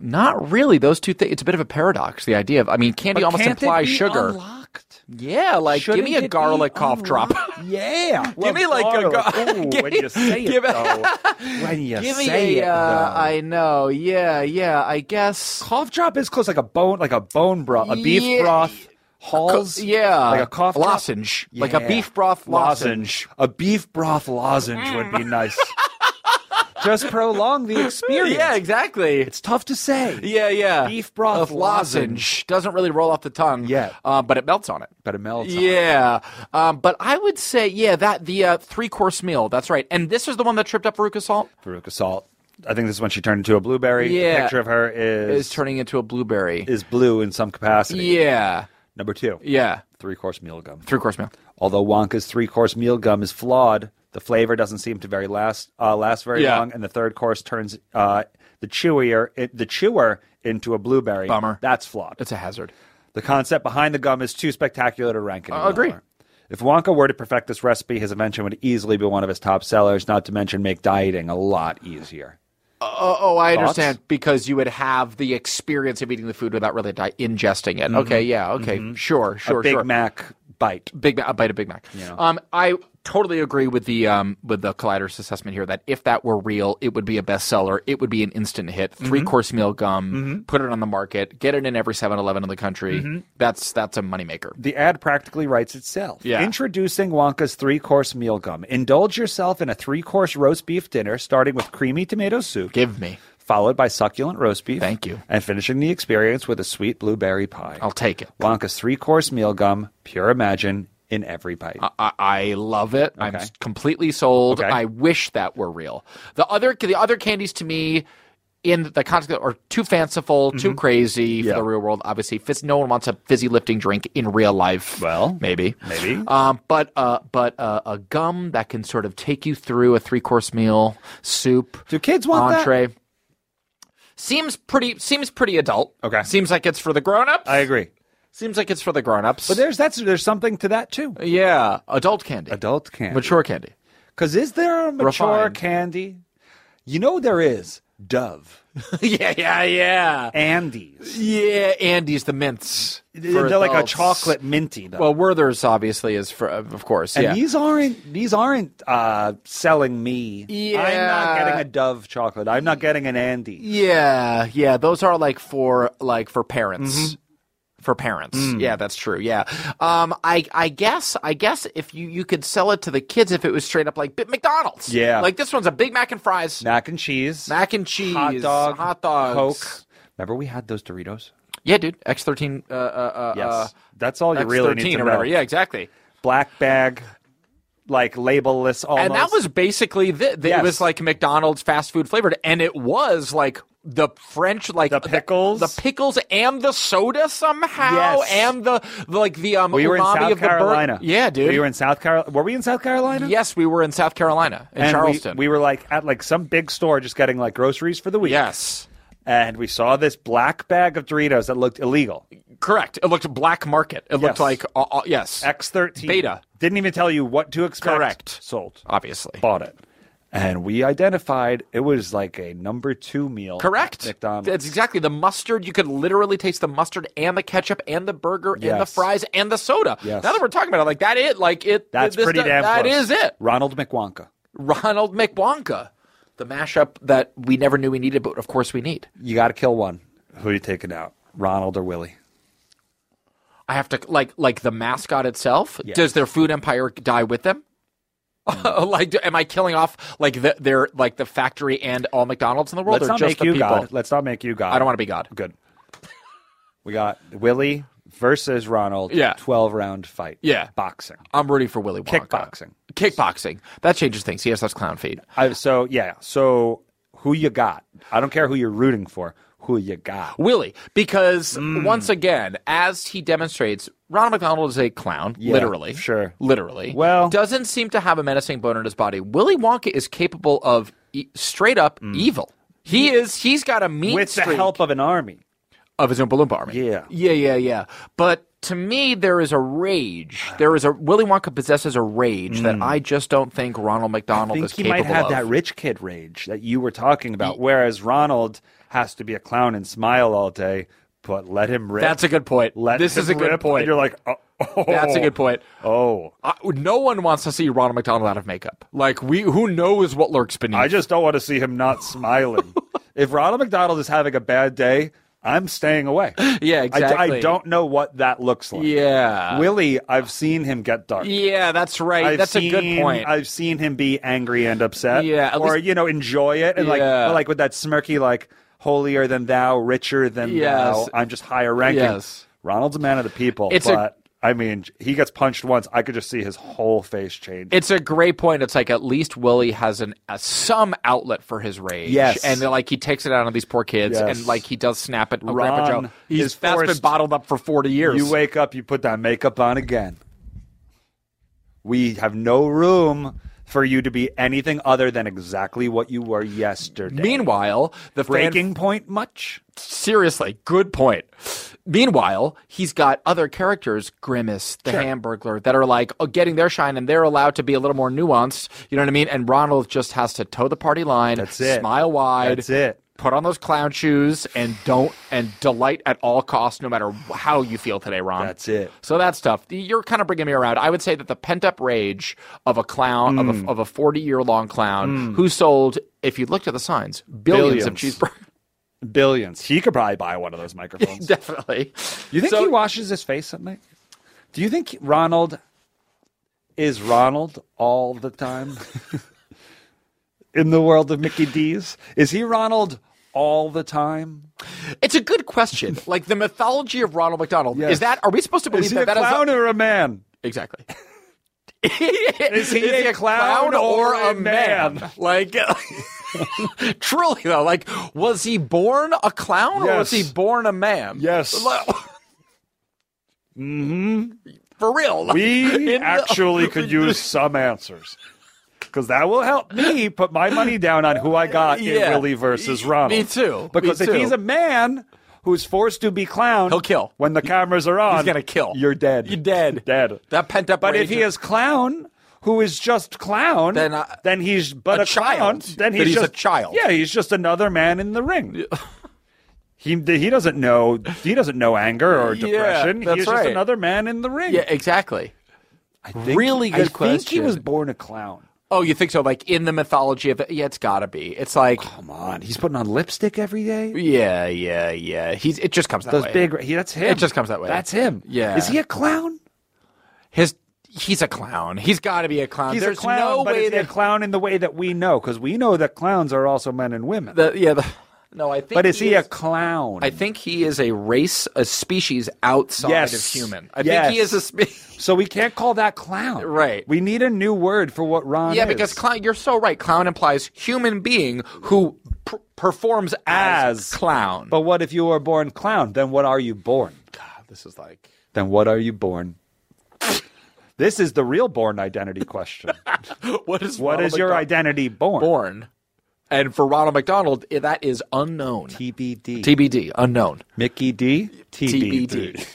not really those two things. It's a bit of a paradox. The idea of I mean, candy But almost can't it implies be sugar. Unlocked? Yeah, like Shouldn't give me it a be garlic cough drop. Yeah. Give me like a gar- Ooh, give- when you say give- it though. When you give me say a. it uh, though. I know. Yeah, yeah. I guess. cough drop is close, like a bone, like a bone broth, a beef Yeah. broth. Halls, yeah, like a cough drop? lozenge, like a Yeah. beef broth lozenge. A beef broth lozenge would be nice. Just prolong the experience. Yeah, exactly. it's tough to say. Yeah, yeah. Beef broth Of lozenge. lozenge. doesn't really roll off the tongue. Yeah. uh, but it melts on it. but it melts. on. Yeah, um, but I would say yeah that the uh, three course meal. That's right. And this is the one that tripped up Veruca Salt Veruca Salt. I think this is when she turned into a blueberry. Yeah. The picture of her is is turning into a blueberry. is blue in some capacity. yeah, Number two, yeah. three course meal gum. Three course meal. Although Wonka's three course meal gum is flawed, the flavor doesn't seem to very last uh, last very Yeah. long, and the third course turns uh, the chewier it, the chewer into a blueberry. Bummer. That's flawed. It's a hazard. The concept behind the gum is too spectacular to rank in. I agree. another. If Wonka were to perfect this recipe, his invention would easily be one of his top sellers, not to mention make dieting a lot easier. Oh, oh, I Thoughts? understand because you would have the experience of eating the food without really di- ingesting it. Okay, yeah, okay, sure, sure, Mm-hmm. a Big sure. Mac bite. Big Mac, a bite of Big Mac. Um, I totally agree with the um, with the Collider's assessment here that if that were real, it would be a bestseller. It would be an instant hit. Mm-hmm. Three course meal gum. Put it on the market. Get it in every 7-Eleven in the country. Mm-hmm. That's that's a moneymaker. The ad practically writes itself. Yeah. Introducing Wonka's three course meal gum. Indulge yourself in a three course roast beef dinner, starting with creamy tomato soup, Give me. followed by succulent roast beef. Thank you. And finishing the experience with a sweet blueberry pie. I'll take it. Wonka's three course meal gum, pure imagine in every bite. I, I love it. I'm Okay. completely sold. Okay. I wish that were real. The other the other candies to me in the context are too fanciful, too crazy Mm-hmm. Yeah. for the real world. Obviously, Fizz, no one wants a fizzy lifting drink in real life. Well, maybe, maybe. Um, but uh, but uh, a gum that can sort of take you through a three course meal, soup, Do kids want that? entree. Seems pretty. Seems pretty adult. Okay. Seems like it's for the grown ups. I agree. Seems like it's for the grown ups. But there's that's there's something to that too. yeah, adult candy. Adult candy. Mature candy. Because is there a mature Refined. candy? You know there is. Dove. yeah, yeah, yeah. Andes. Yeah, Andy's the mints. They're like a chocolate minty though. Well, Werther's obviously is for, of course. And yeah. these aren't these aren't uh, selling me. I'm not Yeah. getting a Dove chocolate. I'm not getting an Andy. yeah, yeah. Those are like for like for parents. Mm-hmm. For parents, Mm. yeah, that's true. Yeah, um, I, I guess, I guess if you, you could sell it to the kids if it was straight up like Bi- McDonald's, Yeah. like this one's a Big Mac and fries, Mac and cheese, mac and cheese, hot dog, hot dogs, Coke. Remember we had those Doritos? yeah, dude, X thirteen, uh, uh, uh, Yes. uh, That's all you X really need thirteen to or whatever, know. yeah, exactly. Black bag, like labelless almost. And that was basically the, the- Yes. it was like McDonald's fast food flavored, and it was like the French like The pickles? the, pickles and the soda somehow, Yes. and the like the um we were in umami South of the bur- Carolina. yeah, dude. We were in South Carolina. Were we in South Carolina? yes, we were in South Carolina in And we- Charleston. We, were like at like some big store just getting like groceries for the week. yes, And we saw this black bag of Doritos that looked illegal. correct. It looked black market. It Yes. looked like uh, uh, yes, X13. Beta. Didn't even tell you what to expect. Correct. Sold. obviously. Bought it. And we identified it was like a number two meal. at Correct. McDonald's. That's exactly the mustard. You could literally taste the mustard and the ketchup and the burger and the Yes. fries and the soda. Yes. Now that we're talking about it, like that, it like it. That's this- pretty that- damn That close. is it. Ronald McWonka. Ronald McWonka, the mashup that we never knew we needed, but of course we need. You got to kill one. Who are you taking out? Ronald or Willie? I have to like like the mascot itself. Yes. Does their food empire die with them? like, do, am I killing off like the, their like the factory and all McDonald's in the world, Let's or not just make the you people? God. Let's not make you God. I don't want to be God. Good. We got Willie versus Ronald. Yeah. 12 round fight. Yeah. Boxing. I'm rooting for Willy Wonka. Kickboxing. Kickboxing. That changes things. Yes, that's clown feed. I, so, yeah. So, who you got? I don't care who you're rooting for. Who you got? Willie, because Mm. once again, as he demonstrates, Ronald McDonald is a clown, literally. sure. Literally. Well- doesn't seem to have a menacing bone in his body. Willy Wonka is capable of e- straight up evil. He is, he's got a mean Mm. With the streak. help of an army. of his Oompa Loompa army. Yeah. Yeah, yeah, yeah. But to me, there is a rage. There is a Willy Wonka possesses a rage that I just don't think Ronald McDonald Hmm. I think is he capable might have of. that rich kid rage that you were talking about, whereas Ronald has to be a clown and smile all day, but let him rip. That's a good point. let this him is a good rip, point. And you're like, oh, That's a good point. Oh, I, no one wants to see Ronald McDonald out of makeup. Like we, who knows what lurks beneath? I just don't want to see him not smiling. if Ronald McDonald is having a bad day, I'm staying away. Yeah, I- I, exactly. don't know what that looks like. Yeah. Willie, I've seen him get dark. yeah, that's right. I've that's a good seen- point. I've seen him be angry and upset. Yeah, at or least- you know, enjoy it and like, Yeah. but, like with that smirky, like holier than thou, richer than Yes. thou. I'm just higher ranking. Yes. Ronald's a man of the people, It's a- but I mean, he gets punched once. I could just see his whole face change. It's a great point. It's like at least Willie has an a, some outlet for his rage. Yes. and then, like he takes it out on these poor kids, Yes. and like he does snap at Ron Grandpa Joe. He's is that's been forced- bottled up for forty years. You wake up, you put that makeup on again. We have no room for you to be anything other than exactly what you were yesterday. Meanwhile, the fan breaking point much? seriously, good point. Meanwhile, he's got other characters, Grimace, the Hamburglar, that are like oh, getting their shine, and they're allowed to be a little more nuanced. You know what I mean? And Ronald just has to toe the party line, That's it. smile wide, That's it. put on those clown shoes, and don't and delight at all costs, no matter how you feel today, Ron. That's it. So that's tough. You're kind of bringing me around. I would say that the pent up rage of a clown, Mm. of a, of a 40 year long clown who sold, if you looked at the signs, billions. of Billions. cheeseburgers. Billions. He could probably buy one of those microphones. Definitely. you think So- he washes his face at night? Do you think Ronald is Ronald all the time? In the world of Mickey D's? Is he Ronald all the time? It's a good question. Like the mythology of Ronald McDonald. Yes. Is that are we supposed to believe Is he that a that is clown or a man? exactly. is, he a clown or a man? Like truly though, like was he born a clown or was he Yes. born a man? Yes. Mm-hmm. Like- For real. like, in We the- actually could use some answers. Because that will help me put my money down on who I got Yeah. in Willie versus Ronald. Me too. Because Me if too. he's a man who's forced to be clown, He'll kill. When the cameras are on, He's gonna kill. You're dead. You're dead. Dead. That pent up But rage if he is clown, who is just clown, Then, uh, then he's but a a, child. clown. Then Then he's, he's a just child. Yeah, he's just another man in the ring. He, he doesn't know he doesn't know anger or Yeah, depression. that's he's right. just another man in the ring. Yeah, exactly. I Really good I think he question. was born a clown. Oh, you think so? Like in the mythology of it, yeah, it's gotta be. It's like Come on, he's putting on lipstick every day. Yeah, yeah, yeah. He's it just comes that Those way. big, he, that's him. It just comes that way. That's him. Yeah. Is he a clown? His he's a clown. He's got to be a clown. He's There's a clown, no but way is he a that clown in the way that we know? Because we know that clowns are also men and women. the yeah. The, no, I think. but is he, a is- clown? I think he is a race, a species outside Yes. of human. I Yes. think he is a species. so we can't call that clown. Right. We need a new word for what Ron yeah, is. because clown. You're so right. Clown implies human being who pr- performs as, As. clown. But what if you were born clown? Then what are you born? God, this is like. Then what are you born? this is the real born identity question. What is what Ronald is your McDonald identity born? born? And for Ronald McDonald, i- that is unknown. TBD. TBD, unknown. Mickey D. TBD. TBD.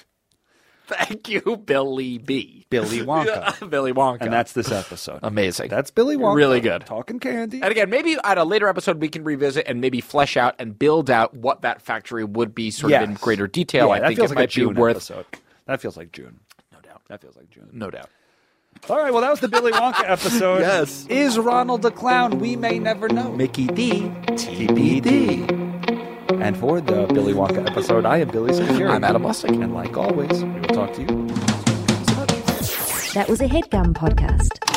Thank you, Billy B. Billy Wonka. Billy Wonka. and that's this episode. amazing. That's Billy Wonka. Really good. Talking candy. And again, maybe at a later episode we can revisit and maybe flesh out and build out what that factory would be sort Yes. of in greater detail. Yeah, I that think feels it like a might be June worth episode. That feels like June. no doubt. That feels like June. No doubt. All right, well, that was the Billy Wonka episode. Yes. Is Ronald a clown? We may never know. Mickey D. TBD. And for the Billy Wonka episode, I am Billy Secure. I'm Adam Lustig. And like always, we will talk to you. That was a headgum podcast.